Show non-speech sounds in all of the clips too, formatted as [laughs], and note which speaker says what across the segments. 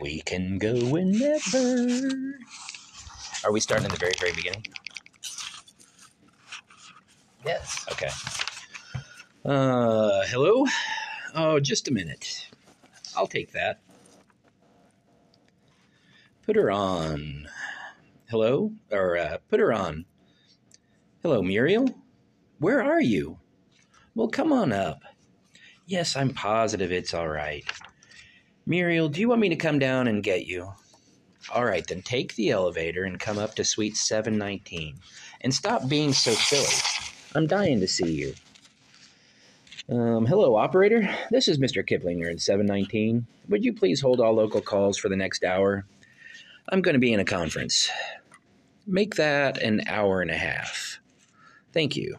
Speaker 1: We can go whenever. Are we starting at the very, very beginning?
Speaker 2: Yes.
Speaker 1: Okay. Uh, hello? Oh, just a minute. I'll take that. Put her on. Hello? Or, uh, put her on. Hello, Muriel? Where are you? Well, come on up. Yes, I'm positive it's all right. Muriel, do you want me to come down and get you? All right, then take the elevator and come up to suite 719. And stop being so silly. I'm dying to see you. Um, hello, operator. This is Mr. Kiplinger in 719. Would you please hold all local calls for the next hour? I'm going to be in a conference. Make that an hour and a half. Thank you.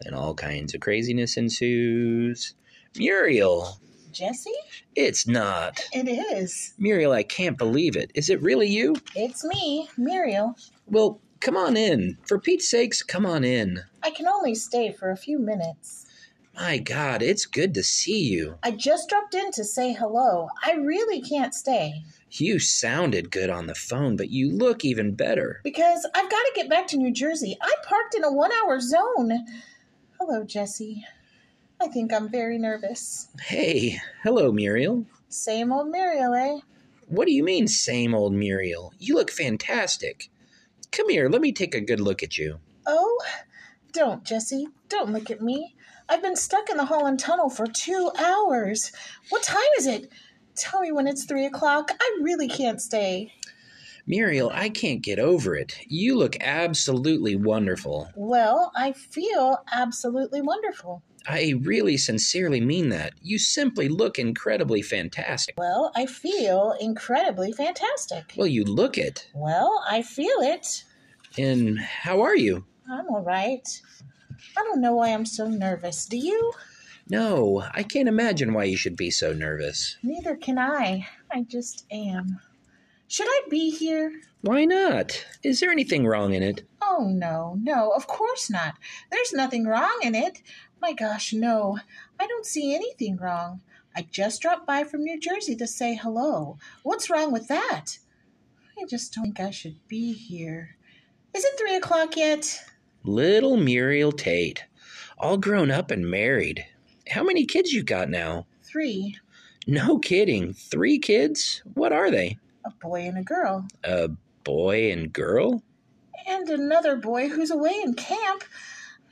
Speaker 1: Then all kinds of craziness ensues. Muriel,
Speaker 2: Jesse?
Speaker 1: it's not.
Speaker 2: It is.
Speaker 1: Muriel, I can't believe it. Is it really you?
Speaker 2: It's me, Muriel.
Speaker 1: Well, come on in. For Pete's sakes, come on in.
Speaker 2: I can only stay for a few minutes.
Speaker 1: My God, it's good to see you.
Speaker 2: I just dropped in to say hello. I really can't stay
Speaker 1: You sounded good on the phone, but you look even better.
Speaker 2: because I've got to get back to New Jersey. I parked in a one hour zone. Hello, Jesse. I think I'm very nervous.
Speaker 1: Hey, hello, Muriel.
Speaker 2: Same old Muriel, eh?
Speaker 1: What do you mean, same old Muriel? You look fantastic. Come here, let me take a good look at you.
Speaker 2: Oh, don't, Jesse. Don't look at me. I've been stuck in the Holland Tunnel for two hours. What time is it? Tell me when it's three o'clock. I really can't stay.
Speaker 1: Muriel, I can't get over it. You look absolutely wonderful.
Speaker 2: Well, I feel absolutely wonderful.
Speaker 1: I really sincerely mean that. You simply look incredibly fantastic.
Speaker 2: Well, I feel incredibly fantastic.
Speaker 1: Well, you look it.
Speaker 2: Well, I feel it.
Speaker 1: And how are you?
Speaker 2: I'm all right. I don't know why I'm so nervous. Do you?
Speaker 1: No, I can't imagine why you should be so nervous.
Speaker 2: Neither can I. I just am. Should I be here?
Speaker 1: Why not? Is there anything wrong in it?
Speaker 2: Oh, no, no, of course not. There's nothing wrong in it. My gosh, no, I don't see anything wrong. I just dropped by from New Jersey to say hello. What's wrong with that? I just don't think I should be here. Is it three o'clock yet?
Speaker 1: Little Muriel Tate, all grown up and married. How many kids you got now?
Speaker 2: Three.
Speaker 1: No kidding. Three kids? What are they?
Speaker 2: A boy and a girl.
Speaker 1: A boy and girl?
Speaker 2: And another boy who's away in camp.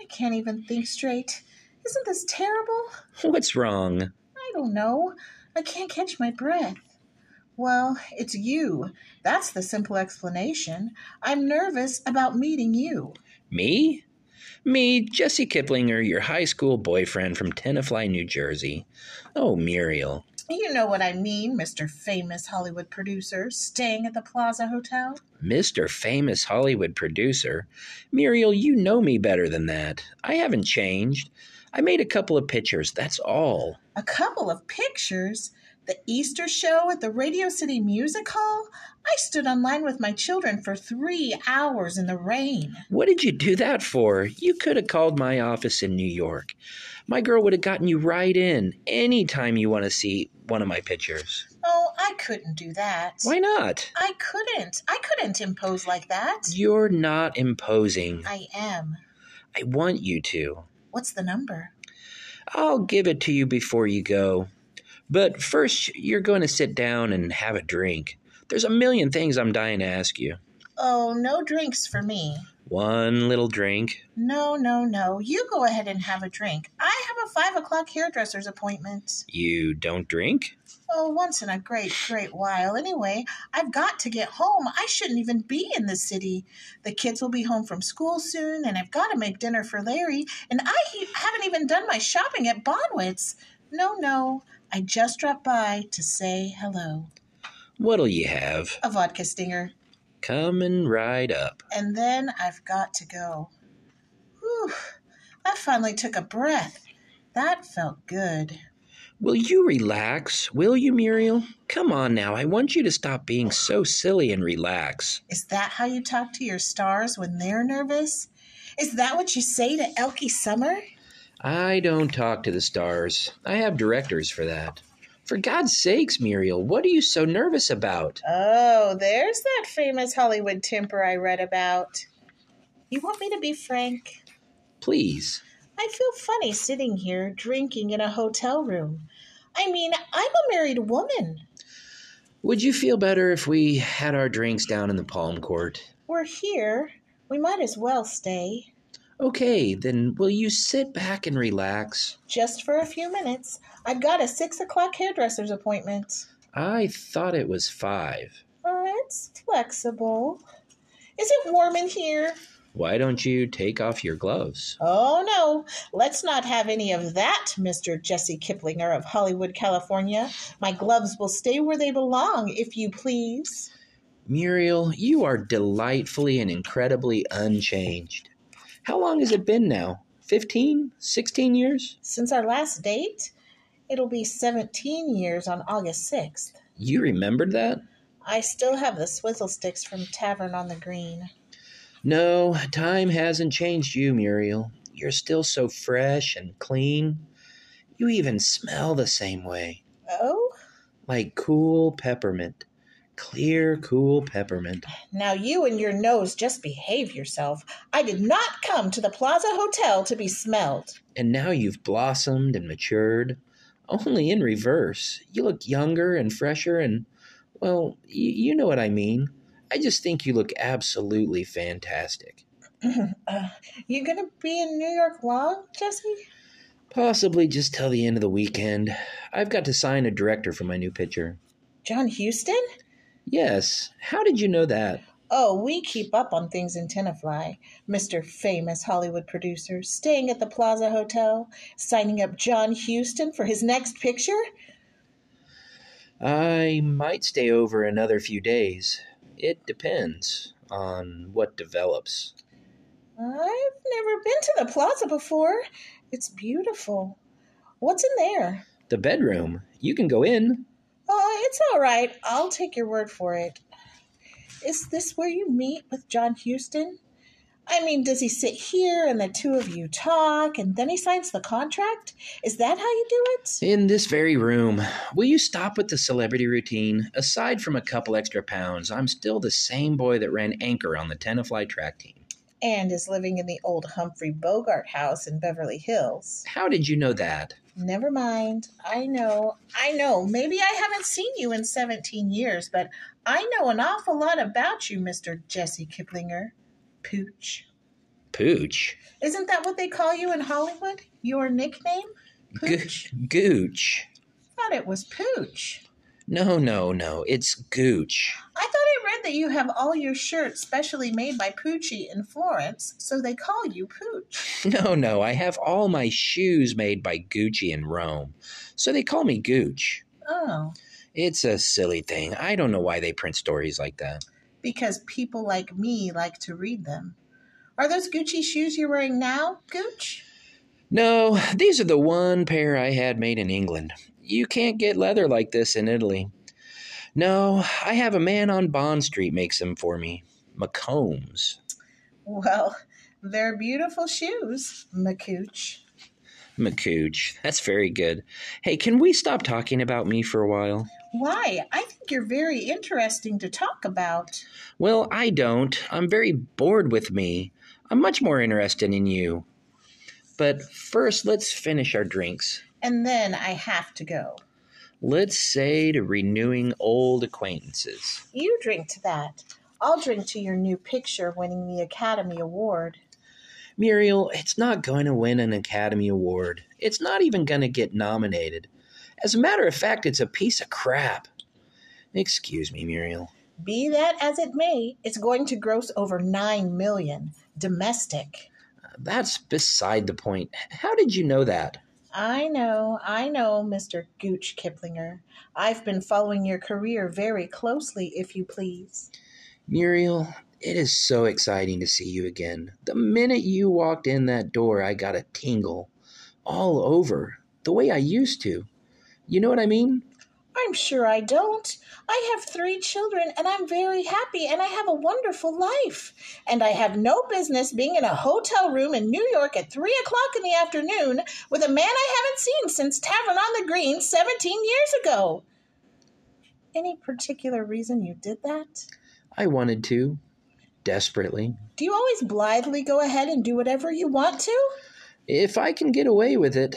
Speaker 2: I can't even think straight. Isn't this terrible?
Speaker 1: What's wrong?
Speaker 2: I don't know. I can't catch my breath. Well, it's you. That's the simple explanation. I'm nervous about meeting you.
Speaker 1: Me? Me, Jesse Kiplinger, your high school boyfriend from Tenafly, New Jersey. Oh, Muriel.
Speaker 2: You know what I mean, Mr. Famous Hollywood producer, staying at the Plaza Hotel.
Speaker 1: Mr. Famous Hollywood Producer. Muriel, you know me better than that. I haven't changed. I made a couple of pictures, that's all.
Speaker 2: A couple of pictures. The Easter show at the Radio City Music Hall. I stood on line with my children for three hours in the rain.
Speaker 1: What did you do that for? You could have called my office in New York. My girl would have gotten you right in any time you want to see one of my pictures.
Speaker 2: Oh, I couldn't do that.
Speaker 1: Why not?
Speaker 2: I couldn't. I couldn't impose like that.
Speaker 1: You're not imposing.
Speaker 2: I am.
Speaker 1: I want you to.
Speaker 2: What's the number?
Speaker 1: I'll give it to you before you go. But first, you're going to sit down and have a drink. There's a million things I'm dying to ask you.
Speaker 2: Oh, no drinks for me.
Speaker 1: One little drink.
Speaker 2: No, no, no. You go ahead and have a drink. I have a five o'clock hairdresser's appointment.
Speaker 1: You don't drink?
Speaker 2: Oh, once in a great, great while. Anyway, I've got to get home. I shouldn't even be in the city. The kids will be home from school soon, and I've got to make dinner for Larry. And I he- haven't even done my shopping at Bonwitz. No, no. I just dropped by to say hello.
Speaker 1: What'll you have?
Speaker 2: A vodka stinger.
Speaker 1: Coming right up.
Speaker 2: and then I've got to go. Whew, I finally took a breath. That felt good.
Speaker 1: Will you relax? Will you, Muriel? Come on now. I want you to stop being so silly and relax.
Speaker 2: Is that how you talk to your stars when they're nervous? Is that what you say to Elkie Summer?
Speaker 1: I don't talk to the stars. I have directors for that. For God's sakes, Muriel, what are you so nervous about?
Speaker 2: Oh, there's that famous Hollywood temper I read about. You want me to be frank?
Speaker 1: Please.
Speaker 2: I feel funny sitting here drinking in a hotel room. I mean, I'm a married woman.
Speaker 1: Would you feel better if we had our drinks down in the palm court?
Speaker 2: We're here. We might as well stay.
Speaker 1: Okay, then will you sit back and relax?
Speaker 2: Just for a few minutes. I've got a six o'clock hairdresser's appointment.
Speaker 1: I thought it was five.
Speaker 2: Oh, it's flexible. Is it warm in here?
Speaker 1: Why don't you take off your gloves?
Speaker 2: Oh no, let's not have any of that, Mr. Jesse Kiplinger of Hollywood, California. My gloves will stay where they belong, if you please.
Speaker 1: Muriel, you are delightfully and incredibly unchanged. How long has it been now? Fifteen, sixteen years?
Speaker 2: Since our last date, it'll be 17 years on August 6th.
Speaker 1: You remembered that?
Speaker 2: I still have the swizzle sticks from Tavern on the Green.
Speaker 1: No, time hasn't changed you, Muriel. You're still so fresh and clean. You even smell the same way
Speaker 2: Oh,
Speaker 1: like cool peppermint. Clear, cool peppermint.
Speaker 2: now you and your nose just behave yourself. I did not come to the Plaza Hotel to be smelled.
Speaker 1: And now you've blossomed and matured. Only in reverse. You look younger and fresher, and, well, y- you know what I mean. I just think you look absolutely fantastic.
Speaker 2: uh, you gonna be in New York long, Jesse?
Speaker 1: Possibly just till the end of the weekend. I've got to sign a director for my new picture.
Speaker 2: John Houston?
Speaker 1: Yes, how did you know that?
Speaker 2: Oh, we keep up on things in Tenafly. Mr. Famous Hollywood producer, staying at the Plaza Hotel, signing up John Houston for his next picture?
Speaker 1: I might stay over another few days. It depends on what develops.
Speaker 2: I've never been to the plaza before. It's beautiful. What's in there?
Speaker 1: The bedroom. You can go in.
Speaker 2: Oh, it's all right. I'll take your word for it. Is this where you meet with John Houston? I mean, does he sit here and the two of you talk and then he signs the contract? Is that how you do it?
Speaker 1: In this very room. Will you stop with the celebrity routine? Aside from a couple extra pounds, I'm still the same boy that ran anchor on the Tenafly track team.
Speaker 2: And is living in the old Humphrey Bogart house in Beverly Hills.
Speaker 1: How did you know that?
Speaker 2: Never mind. I know. I know. Maybe I haven't seen you in 17 years, but I know an awful lot about you, Mr. Jesse Kiplinger. Pooch.
Speaker 1: Pooch.
Speaker 2: Isn't that what they call you in Hollywood? Your nickname? Pooch?
Speaker 1: Gooch. Gooch.
Speaker 2: thought it was Pooch.
Speaker 1: No, no, no. It's Gooch. [laughs]
Speaker 2: I thought I read that you have all your shirts specially made by Poochie in Florence, so they call you Pooch.
Speaker 1: No, no. I have all my shoes made by Gucci in Rome. So they call me Gooch.
Speaker 2: Oh,
Speaker 1: It's a silly thing. I don't know why they print stories like that.
Speaker 2: because people like me like to read them. Are those Gucci shoes you're wearing now, Gooch?
Speaker 1: No, these are the one pair I had made in England. You can't get leather like this in Italy. No, I have a man on Bond Street makes them for me. McCombs.
Speaker 2: Well, they're beautiful shoes, Macooch.
Speaker 1: McCooch. That's very good. Hey, can we stop talking about me for a while?
Speaker 2: Why? I think you're very interesting to talk about.
Speaker 1: Well, I don't. I'm very bored with me. I'm much more interested in you. But first, let's finish our drinks.
Speaker 2: And then I have to go.
Speaker 1: Let's say to renewing old acquaintances.
Speaker 2: You drink to that. I'll drink to your new picture winning the Academy Award.
Speaker 1: Muriel, it's not going to win an Academy Award. It's not even going to get nominated. As a matter of fact, it's a piece of crap. Excuse me, Muriel.
Speaker 2: Be that as it may, it's going to gross over 9 million domestic.
Speaker 1: That's beside the point. How did you know that?
Speaker 2: I know, I know, Mr. Gooch Kiplinger. I've been following your career very closely, if you please.
Speaker 1: Muriel, it is so exciting to see you again. The minute you walked in that door, I got a tingle all over, the way I used to. You know what I mean?
Speaker 2: I'm sure I don't. I have three children and I'm very happy and I have a wonderful life. And I have no business being in a hotel room in New York at 3 o'clock in the afternoon with a man I haven't seen since Tavern on the Green 17 years ago. Any particular reason you did that?
Speaker 1: I wanted to, desperately.
Speaker 2: Do you always blithely go ahead and do whatever you want to?
Speaker 1: If I can get away with it,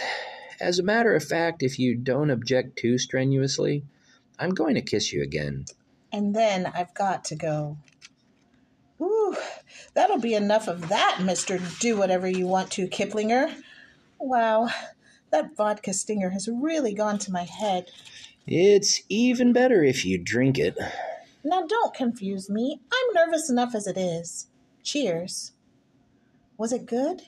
Speaker 1: as a matter of fact, if you don't object too strenuously, I'm going to kiss you again.
Speaker 2: And then I've got to go. Ooh, that'll be enough of that, Mr. Do Whatever You Want to Kiplinger. Wow, that vodka stinger has really gone to my head.
Speaker 1: It's even better if you drink it.
Speaker 2: Now don't confuse me. I'm nervous enough as it is. Cheers. Was it good?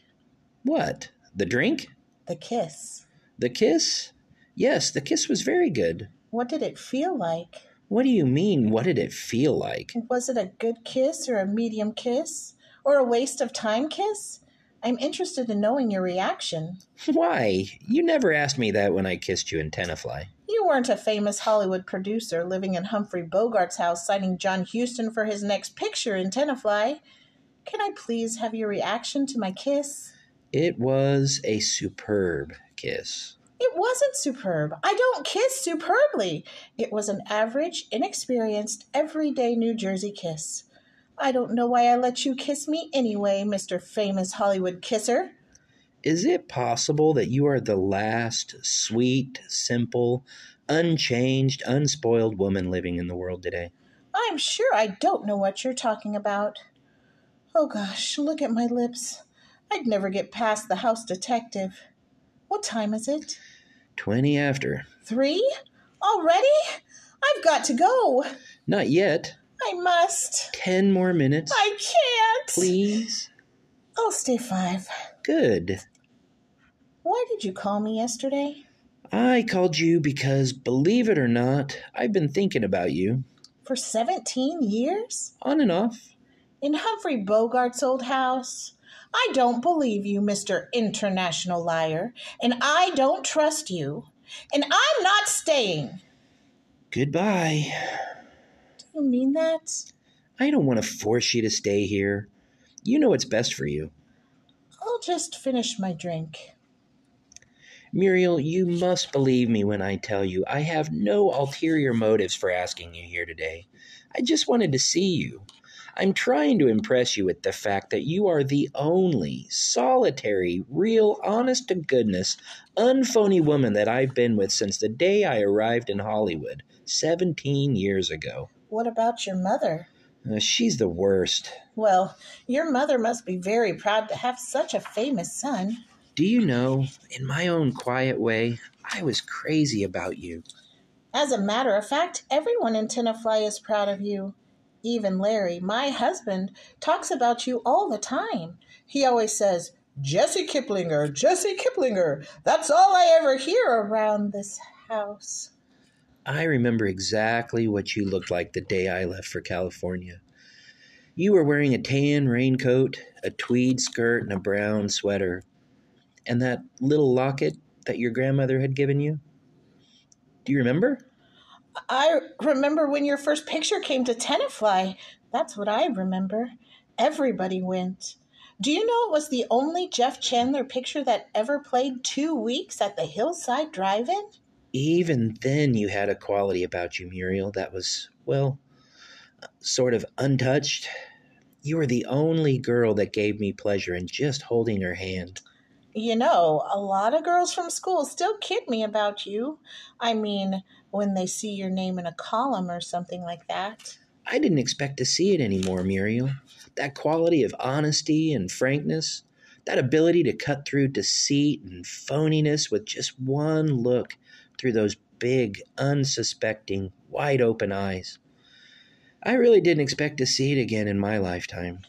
Speaker 1: What? The drink?
Speaker 2: The kiss.
Speaker 1: The kiss? Yes, the kiss was very good.
Speaker 2: What did it feel like?
Speaker 1: What do you mean, what did it feel like?
Speaker 2: Was it a good kiss or a medium kiss? Or a waste of time kiss? I'm interested in knowing your reaction.
Speaker 1: Why? You never asked me that when I kissed you in Tenafly.
Speaker 2: You weren't a famous Hollywood producer living in Humphrey Bogart's house signing John Huston for his next picture in Tenafly. Can I please have your reaction to my kiss?
Speaker 1: It was a superb kiss.
Speaker 2: It wasn't superb. I don't kiss superbly. It was an average, inexperienced, everyday New Jersey kiss. I don't know why I let you kiss me anyway, Mr. Famous Hollywood Kisser.
Speaker 1: Is it possible that you are the last sweet, simple, unchanged, unspoiled woman living in the world today?
Speaker 2: I'm sure I don't know what you're talking about. Oh gosh, look at my lips. I'd never get past the house detective. What time is it?
Speaker 1: 20 after.
Speaker 2: Three? Already? I've got to go.
Speaker 1: Not yet.
Speaker 2: I must.
Speaker 1: 10 more minutes.
Speaker 2: I can't.
Speaker 1: Please.
Speaker 2: I'll stay five.
Speaker 1: Good.
Speaker 2: Why did you call me yesterday?
Speaker 1: I called you because, believe it or not, I've been thinking about you
Speaker 2: For 17 years?
Speaker 1: on and off.
Speaker 2: In Humphrey Bogart's old house? I don't believe you, Mr. International Liar. And I don't trust you. And I'm not staying.
Speaker 1: Goodbye.
Speaker 2: Do you mean that?
Speaker 1: I don't want to force you to stay here. You know what's best for you.
Speaker 2: I'll just finish my drink.
Speaker 1: Muriel, you must believe me when I tell you I have no ulterior motives for asking you here today. I just wanted to see you. I'm trying to impress you with the fact that you are the only, solitary, real, honest to goodness, unphony woman that I've been with since the day I arrived in Hollywood 17 years ago.
Speaker 2: What about your mother?
Speaker 1: Uh, she's the worst.
Speaker 2: Well, your mother must be very proud to have such a famous son.
Speaker 1: Do you know, in my own quiet way, I was crazy about you.
Speaker 2: As a matter of fact, everyone in Tenafly is proud of you. Even Larry, my husband, talks about you all the time. He always says, Jesse Kiplinger, Jesse Kiplinger. That's all I ever hear around this house.
Speaker 1: I remember exactly what you looked like the day I left for California. You were wearing a tan raincoat, a tweed skirt, and a brown sweater, and that little locket that your grandmother had given you. Do you remember?
Speaker 2: I remember when your first picture came to Tenafly. That's what I remember. Everybody went. Do you know it was the only Jeff Chandler picture that ever played two weeks at the Hillside Drive In?
Speaker 1: Even then, you had a quality about you, Muriel, that was, well, sort of untouched. You were the only girl that gave me pleasure in just holding her hand.
Speaker 2: You know, a lot of girls from school still kid me about you. I mean, when they see your name in a column or something like that.
Speaker 1: I didn't expect to see it anymore, Muriel. That quality of honesty and frankness, that ability to cut through deceit and phoniness with just one look through those big, unsuspecting, wide open eyes. I really didn't expect to see it again in my lifetime.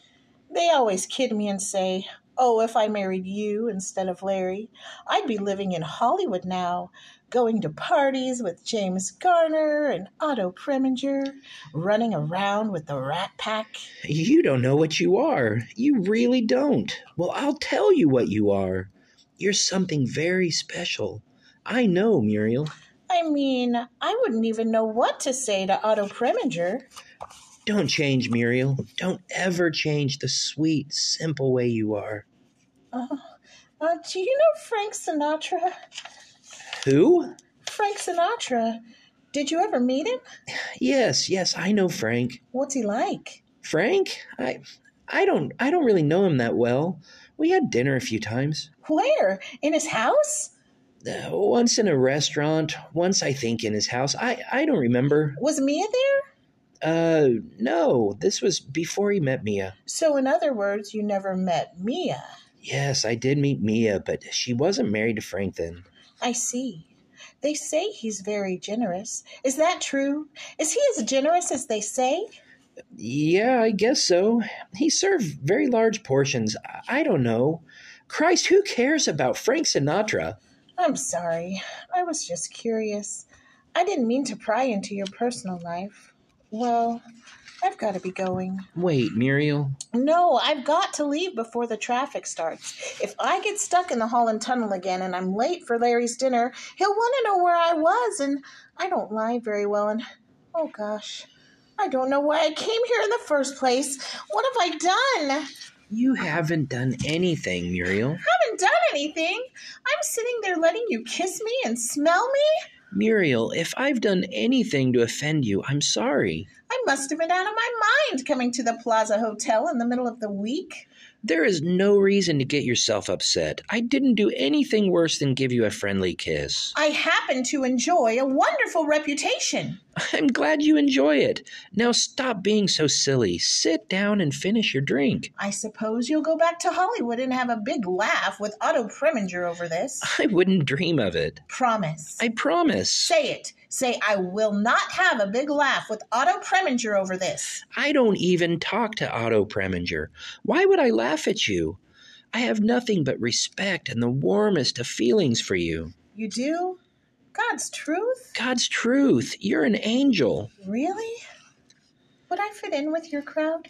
Speaker 2: They always kid me and say, Oh, if I married you instead of Larry, I'd be living in Hollywood now, going to parties with James Garner and Otto Preminger, running around with the Rat Pack.
Speaker 1: You don't know what you are. You really don't. Well, I'll tell you what you are. You're something very special. I know, Muriel.
Speaker 2: I mean, I wouldn't even know what to say to Otto Preminger.
Speaker 1: Don't change, Muriel. Don't ever change the sweet, simple way you are.
Speaker 2: Oh, uh, do you know Frank Sinatra?
Speaker 1: Who?
Speaker 2: Frank Sinatra. Did you ever meet him?
Speaker 1: Yes, yes, I know Frank.
Speaker 2: What's he like?
Speaker 1: Frank? I I don't I don't really know him that well. We had dinner a few times.
Speaker 2: Where? In his house?
Speaker 1: Uh, once in a restaurant, once I think in his house. I I don't remember.
Speaker 2: Was Mia there?
Speaker 1: Uh no, this was before he met Mia.
Speaker 2: So, in other words, you never met Mia.
Speaker 1: Yes, I did meet Mia, but she wasn't married to Frank then.
Speaker 2: I see. They say he's very generous. Is that true? Is he as generous as they say?
Speaker 1: Yeah, I guess so. He served very large portions. I- I don't know. Christ, who cares about Frank Sinatra?
Speaker 2: I'm sorry. I was just curious. I didn't mean to pry into your personal life. Well, I've got to be going.
Speaker 1: Wait, Muriel.
Speaker 2: No, I've got to leave before the traffic starts. If I get stuck in the Holland Tunnel again and I'm late for Larry's dinner, he'll want to know where I was, and I don't lie very well, and oh gosh, I don't know why I came here in the first place. What have I done?
Speaker 1: You haven't done anything, Muriel.
Speaker 2: haven't done anything. I'm sitting there letting you kiss me and smell me.
Speaker 1: Muriel, if I've done anything to offend you, I'm sorry.
Speaker 2: I must have been out of my mind coming to the Plaza Hotel in the middle of the week.
Speaker 1: There is no reason to get yourself upset. I didn't do anything worse than give you a friendly kiss.
Speaker 2: I happen to enjoy a wonderful reputation.
Speaker 1: I'm glad you enjoy it. Now stop being so silly. Sit down and finish your drink.
Speaker 2: I suppose you'll go back to Hollywood and have a big laugh with Otto Preminger over this.
Speaker 1: I wouldn't dream of it.
Speaker 2: Promise.
Speaker 1: I promise.
Speaker 2: Say it. Say, I will not have a big laugh with Otto Preminger over this.
Speaker 1: I don't even talk to Otto Preminger. Why would I laugh at you? I have nothing but respect and the warmest of feelings for you.
Speaker 2: You do? God's truth?
Speaker 1: God's truth, you're an angel.
Speaker 2: Really? Would I fit in with your crowd?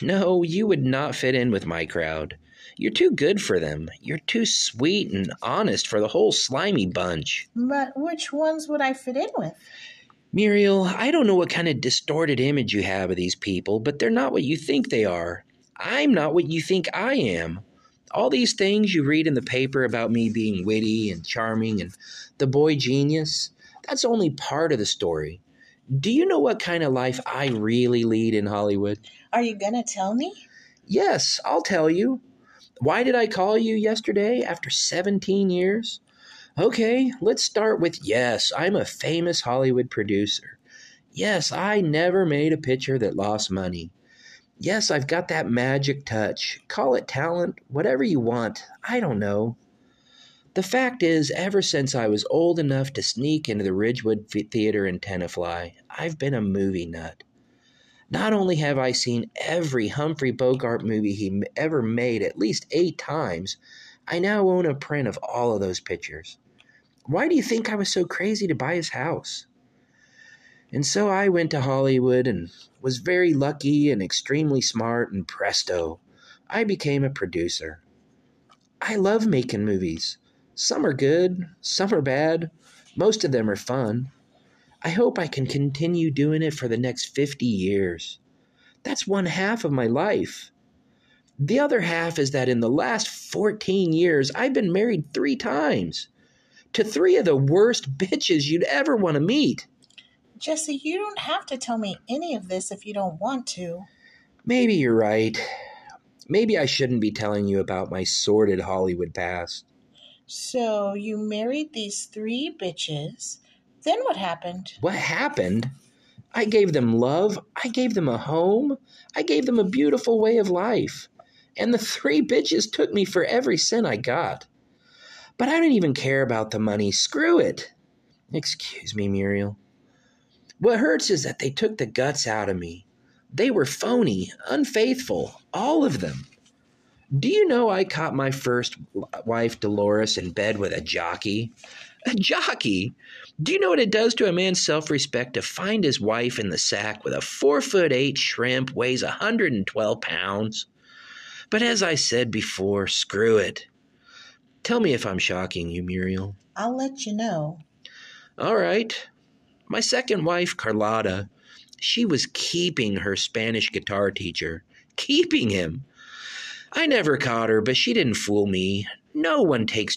Speaker 1: No, you would not fit in with my crowd. You're too good for them. You're too sweet and honest for the whole slimy bunch.
Speaker 2: But which ones would I fit in with?
Speaker 1: Muriel, I don't know what kind of distorted image you have of these people, but they're not what you think they are. I'm not what you think I am. All these things you read in the paper about me being witty and charming and the boy genius, that's only part of the story. Do you know what kind of life I really lead in Hollywood?
Speaker 2: Are you gonna tell me?
Speaker 1: Yes, I'll tell you. Why did I call you yesterday after 17 years? Okay, let's start with yes, I'm a famous Hollywood producer. Yes, I never made a picture that lost money. Yes, I've got that magic touch. Call it talent, whatever you want. I don't know. The fact is, ever since I was old enough to sneak into the Ridgewood F- Theater in Tenafly, I've been a movie nut. Not only have I seen every Humphrey Bogart movie he m- ever made at least eight times, I now own a print of all of those pictures. Why do you think I was so crazy to buy his house? And so I went to Hollywood and was very lucky and extremely smart, and presto, I became a producer. I love making movies. Some are good, some are bad, most of them are fun. I hope I can continue doing it for the next 50 years. That's one half of my life. The other half is that in the last 14 years, I've been married three times to three of the worst [laughs] bitches you'd ever want to meet.
Speaker 2: Jesse, you don't have to tell me any of this if you don't want to.
Speaker 1: Maybe you're right. Maybe I shouldn't be telling you about my sordid Hollywood past.
Speaker 2: So you married these three bitches. Then what happened?
Speaker 1: What happened? I gave them love. I gave them a home. I gave them a beautiful way of life. And the three bitches took me for every cent I got. But I don't even care about the money. Screw it. Excuse me, Muriel. What hurts is that they took the guts out of me. They were phony, unfaithful, all of them. Do you know I caught my first wife, Dolores, in bed with a jockey? A jockey? Do you know what it does to a man's self respect to find his wife in the sack with a four foot eight shrimp, weighs 112 pounds? But as I said before, screw it. Tell me if I'm shocking you, Muriel.
Speaker 2: I'll let you know.
Speaker 1: All right. My second wife, Carlotta, she was keeping her Spanish guitar teacher. Keeping him. I never caught her, but she didn't fool me. No one takes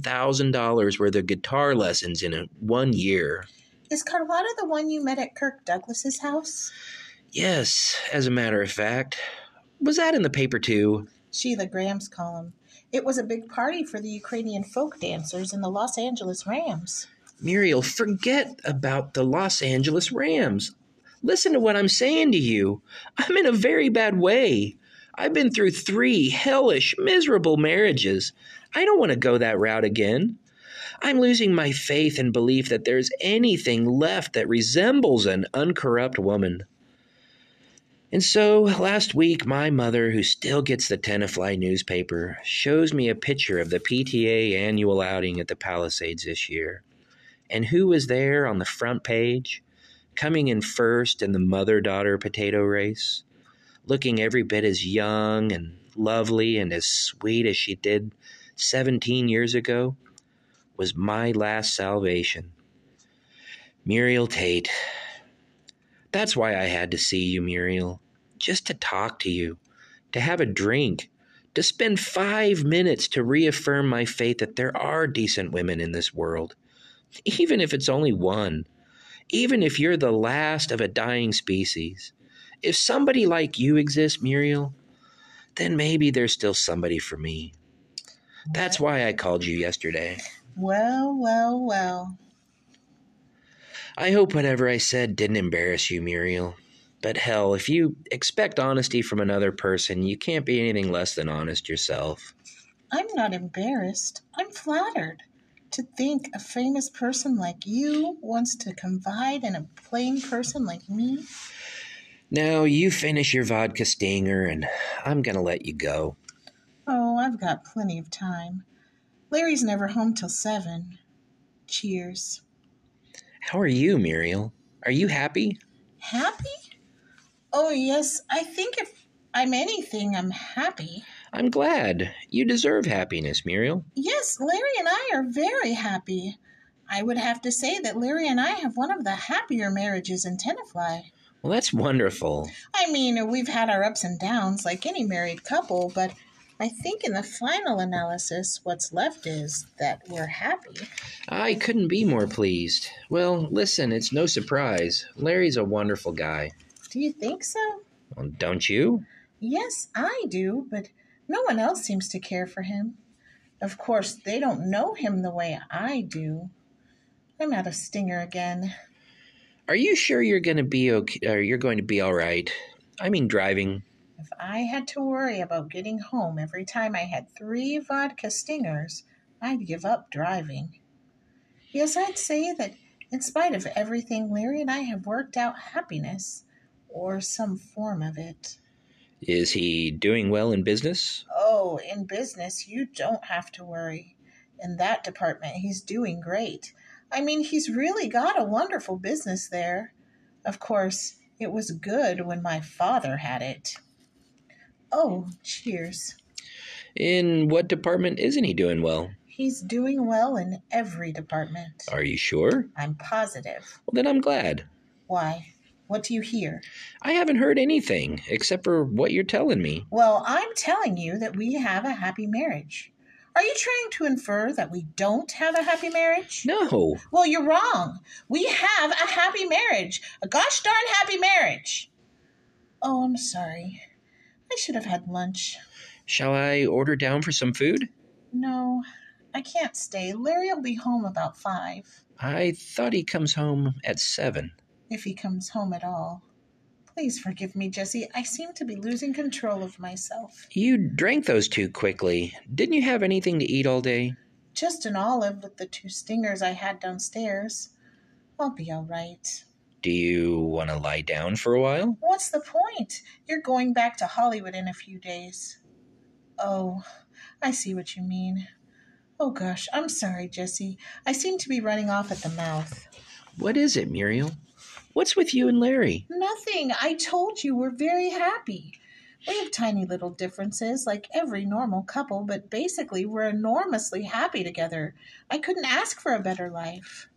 Speaker 1: $27,000 worth of guitar lessons in a, one year.
Speaker 2: Is Carlotta the one you met at Kirk Douglas's house?
Speaker 1: Yes, as a matter of fact. Was that in the paper too?
Speaker 2: Sheila Graham's column. It was a big party for the Ukrainian folk dancers and the Los Angeles Rams.
Speaker 1: Muriel, forget about the Los Angeles Rams. Listen to what I'm saying to you. I'm in a very bad way. I've been through three hellish, miserable marriages. I don't want to go that route again. I'm losing my faith and belief that there's anything left that resembles an uncorrupt woman. And so last week, my mother, who still gets the Tenafly newspaper, shows me a picture of the PTA annual outing at the Palisades this year. And who was there on the front page, coming in first in the mother daughter potato race, looking every bit as young and lovely and as sweet as she did 17 years ago, was my last salvation. Muriel Tate. That's why I had to see you, Muriel. Just to talk to you, to have a drink, to spend five minutes to reaffirm my faith that there are decent women in this world even if it's only one, even if you're the last of a dying species, if somebody like you exists, Muriel, then maybe there's still somebody for me. That's why I called you yesterday.
Speaker 2: Well, well, well.
Speaker 1: I hope whatever I said didn't embarrass you, Muriel. But hell, if you expect honesty from another person, you can't be anything less than honest yourself.
Speaker 2: I'm not embarrassed. I'm flattered. To think a famous person like you wants to confide in a plain person like me.
Speaker 1: Now you finish your vodka stinger and I'm going to let you go.
Speaker 2: Oh, I've got plenty of time. Larry's never home till seven. Cheers.
Speaker 1: How are you, Muriel? Are you happy?
Speaker 2: Happy? Oh, yes, I think if I'm anything, I'm happy.
Speaker 1: I'm glad. You deserve happiness, Muriel.
Speaker 2: Yes, Larry and I are very happy. I would have to say that Larry and I have one of the happier marriages in Tenafly.
Speaker 1: Well, that's wonderful.
Speaker 2: I mean, we've had our ups and downs like any married couple, but I think in the final analysis, what's left is that we're happy.
Speaker 1: I couldn't be more pleased. Well, listen, it's no surprise. Larry's a wonderful guy.
Speaker 2: Do you think so?
Speaker 1: Well, don't you?
Speaker 2: Yes, I do, but no one else seems to care for him. Of course, they don't know him the way I do. I'm out of stinger again.
Speaker 1: Are you sure you're going to be okay? Or you're going to be all right? I mean, driving.
Speaker 2: If I had to worry about getting home every time I had three vodka stingers, I'd give up driving. Yes, I'd say that in spite of everything, Larry and I have worked out happiness, or some form of it.
Speaker 1: Is he doing well in business?
Speaker 2: Oh, in business, you don't have to worry. In that department, he's doing great. I mean, he's really got a wonderful business there. Of course, it was good when my father had it. Oh, cheers.
Speaker 1: In what department isn't he doing well?
Speaker 2: He's doing well in every department.
Speaker 1: Are you sure?
Speaker 2: I'm positive.
Speaker 1: Well, then I'm glad.
Speaker 2: Why? What do you hear?
Speaker 1: I haven't heard anything except for what you're telling me.
Speaker 2: Well, I'm telling you that we have a happy marriage. Are you trying to infer that we don't have a happy marriage?
Speaker 1: No.
Speaker 2: Well, you're wrong. We have a happy marriage, a gosh darn happy marriage. Oh, I'm sorry. I should have had lunch.
Speaker 1: Shall I order down for some food?
Speaker 2: No, I can't stay. Larry will be home about five,
Speaker 1: I thought he comes home at seven.
Speaker 2: if he comes home at all. Please forgive me, Jesse. I seem to be losing control of myself.
Speaker 1: You drank those too quickly. Didn't you have anything to eat all day?
Speaker 2: Just an olive with the two stingers I had downstairs. I'll be all right.
Speaker 1: Do you want to lie down for a while?
Speaker 2: What's the point? You're going back to Hollywood in a few days. Oh, I see what you mean. Oh gosh, I'm sorry, Jesse. I seem to be running off at the mouth.
Speaker 1: What is it, Muriel? What's with you and Larry?
Speaker 2: Nothing. I told you we're very happy. We have tiny little differences, like every normal couple, but basically we're enormously happy together. I couldn't ask for a better life.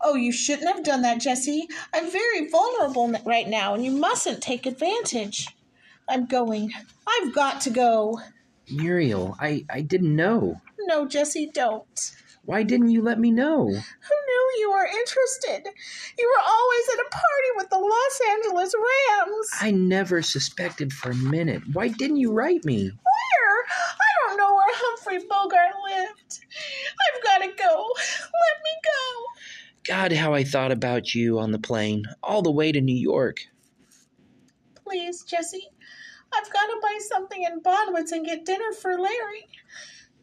Speaker 2: Oh, you shouldn't have done that, Jesse. I'm very vulnerable n- right now, and you mustn't take advantage. I'm going. I've got to go.
Speaker 1: Muriel, I, I didn't know.
Speaker 2: No, Jesse, don't.
Speaker 1: Why didn't you let me know?
Speaker 2: Who knew you were interested? You were always at a party with the Los Angeles Rams.
Speaker 1: I never suspected for a minute. Why didn't you write me?
Speaker 2: Where? I don't know where Humphrey Bogart lived. I've got to go. Let me go.
Speaker 1: God, how I thought about you on the plane, all the way to New York.
Speaker 2: Please, Jesse. I've got to buy something in Bonwitz and get dinner for Larry.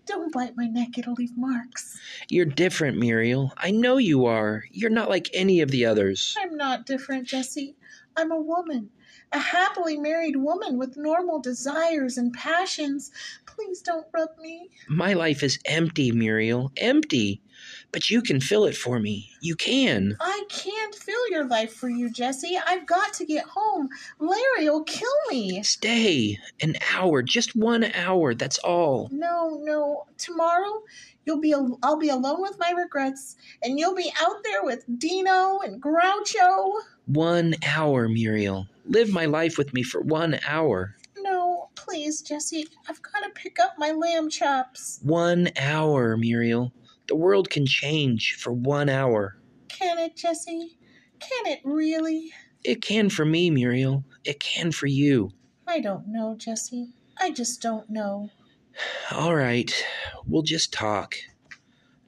Speaker 2: Don't bite my neck, it'll leave marks.
Speaker 1: You're different, Muriel. I know you are. You're not like any of the others.
Speaker 2: I'm not different, Jesse. I'm a woman, a happily married woman with normal desires and passions. Please don't rub me.
Speaker 1: My life is empty, Muriel. Empty. But you can fill it for me. You can.
Speaker 2: I can't fill your life for you, Jesse. I've got to get home. Larry'll kill me.
Speaker 1: Stay an hour, just one hour, that's all.
Speaker 2: No, no. Tomorrow, you'll be al- I'll be alone with my regrets, and you'll be out there with Dino and Groucho.
Speaker 1: One hour, Muriel. Live my life with me for one hour.
Speaker 2: No, please, Jesse. I've got to pick up my lamb chops.
Speaker 1: One hour, Muriel. The world can change for one hour.
Speaker 2: Can it, Jesse? Can it really?
Speaker 1: It can for me, Muriel. It can for you.
Speaker 2: I don't know, Jesse. I just don't know.
Speaker 1: All right, we'll just talk.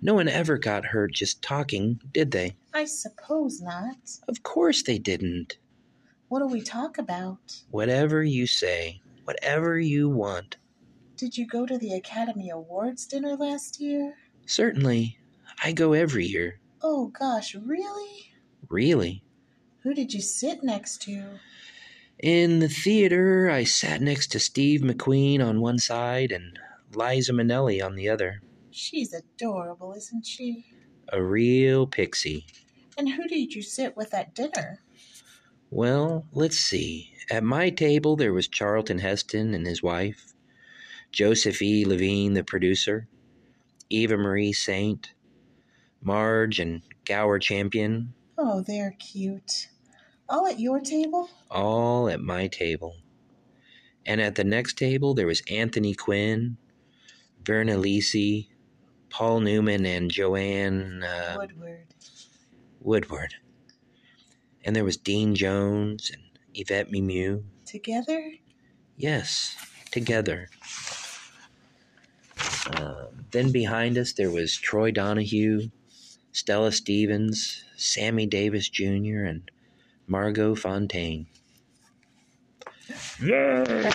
Speaker 1: No one ever got hurt just talking, did they?
Speaker 2: I suppose not.
Speaker 1: Of course they didn't.
Speaker 2: What'll we talk about?
Speaker 1: Whatever you say, whatever you want.
Speaker 2: Did you go to the Academy Awards dinner last year?
Speaker 1: Certainly, I go every year.
Speaker 2: Oh gosh, really?
Speaker 1: Really?
Speaker 2: Who did you sit next to?
Speaker 1: In the theater, I sat next to Steve McQueen on one side and Liza Minnelli on the other.
Speaker 2: She's adorable, isn't she?
Speaker 1: A real pixie.
Speaker 2: And who did you sit with at dinner?
Speaker 1: Well, let's see. At my table, there was Charlton Heston and his wife, Joseph E. Levine, the producer, Eva Marie Saint, Marge and Gower Champion,
Speaker 2: Oh, they're cute. All at your table?
Speaker 1: all at my table. And at the next table, there was Anthony Quinn, Verna Lisi, Paul Newman, and Joanne uh,
Speaker 2: Woodward.
Speaker 1: Woodward. And there was Dean Jones and Yvette Mimieux.
Speaker 2: Together?
Speaker 1: Yes, together. Uh, then behind us there was Troy Donahue, Stella Stevens, Sammy Davis Jr., and Margot Fontaine. Yay!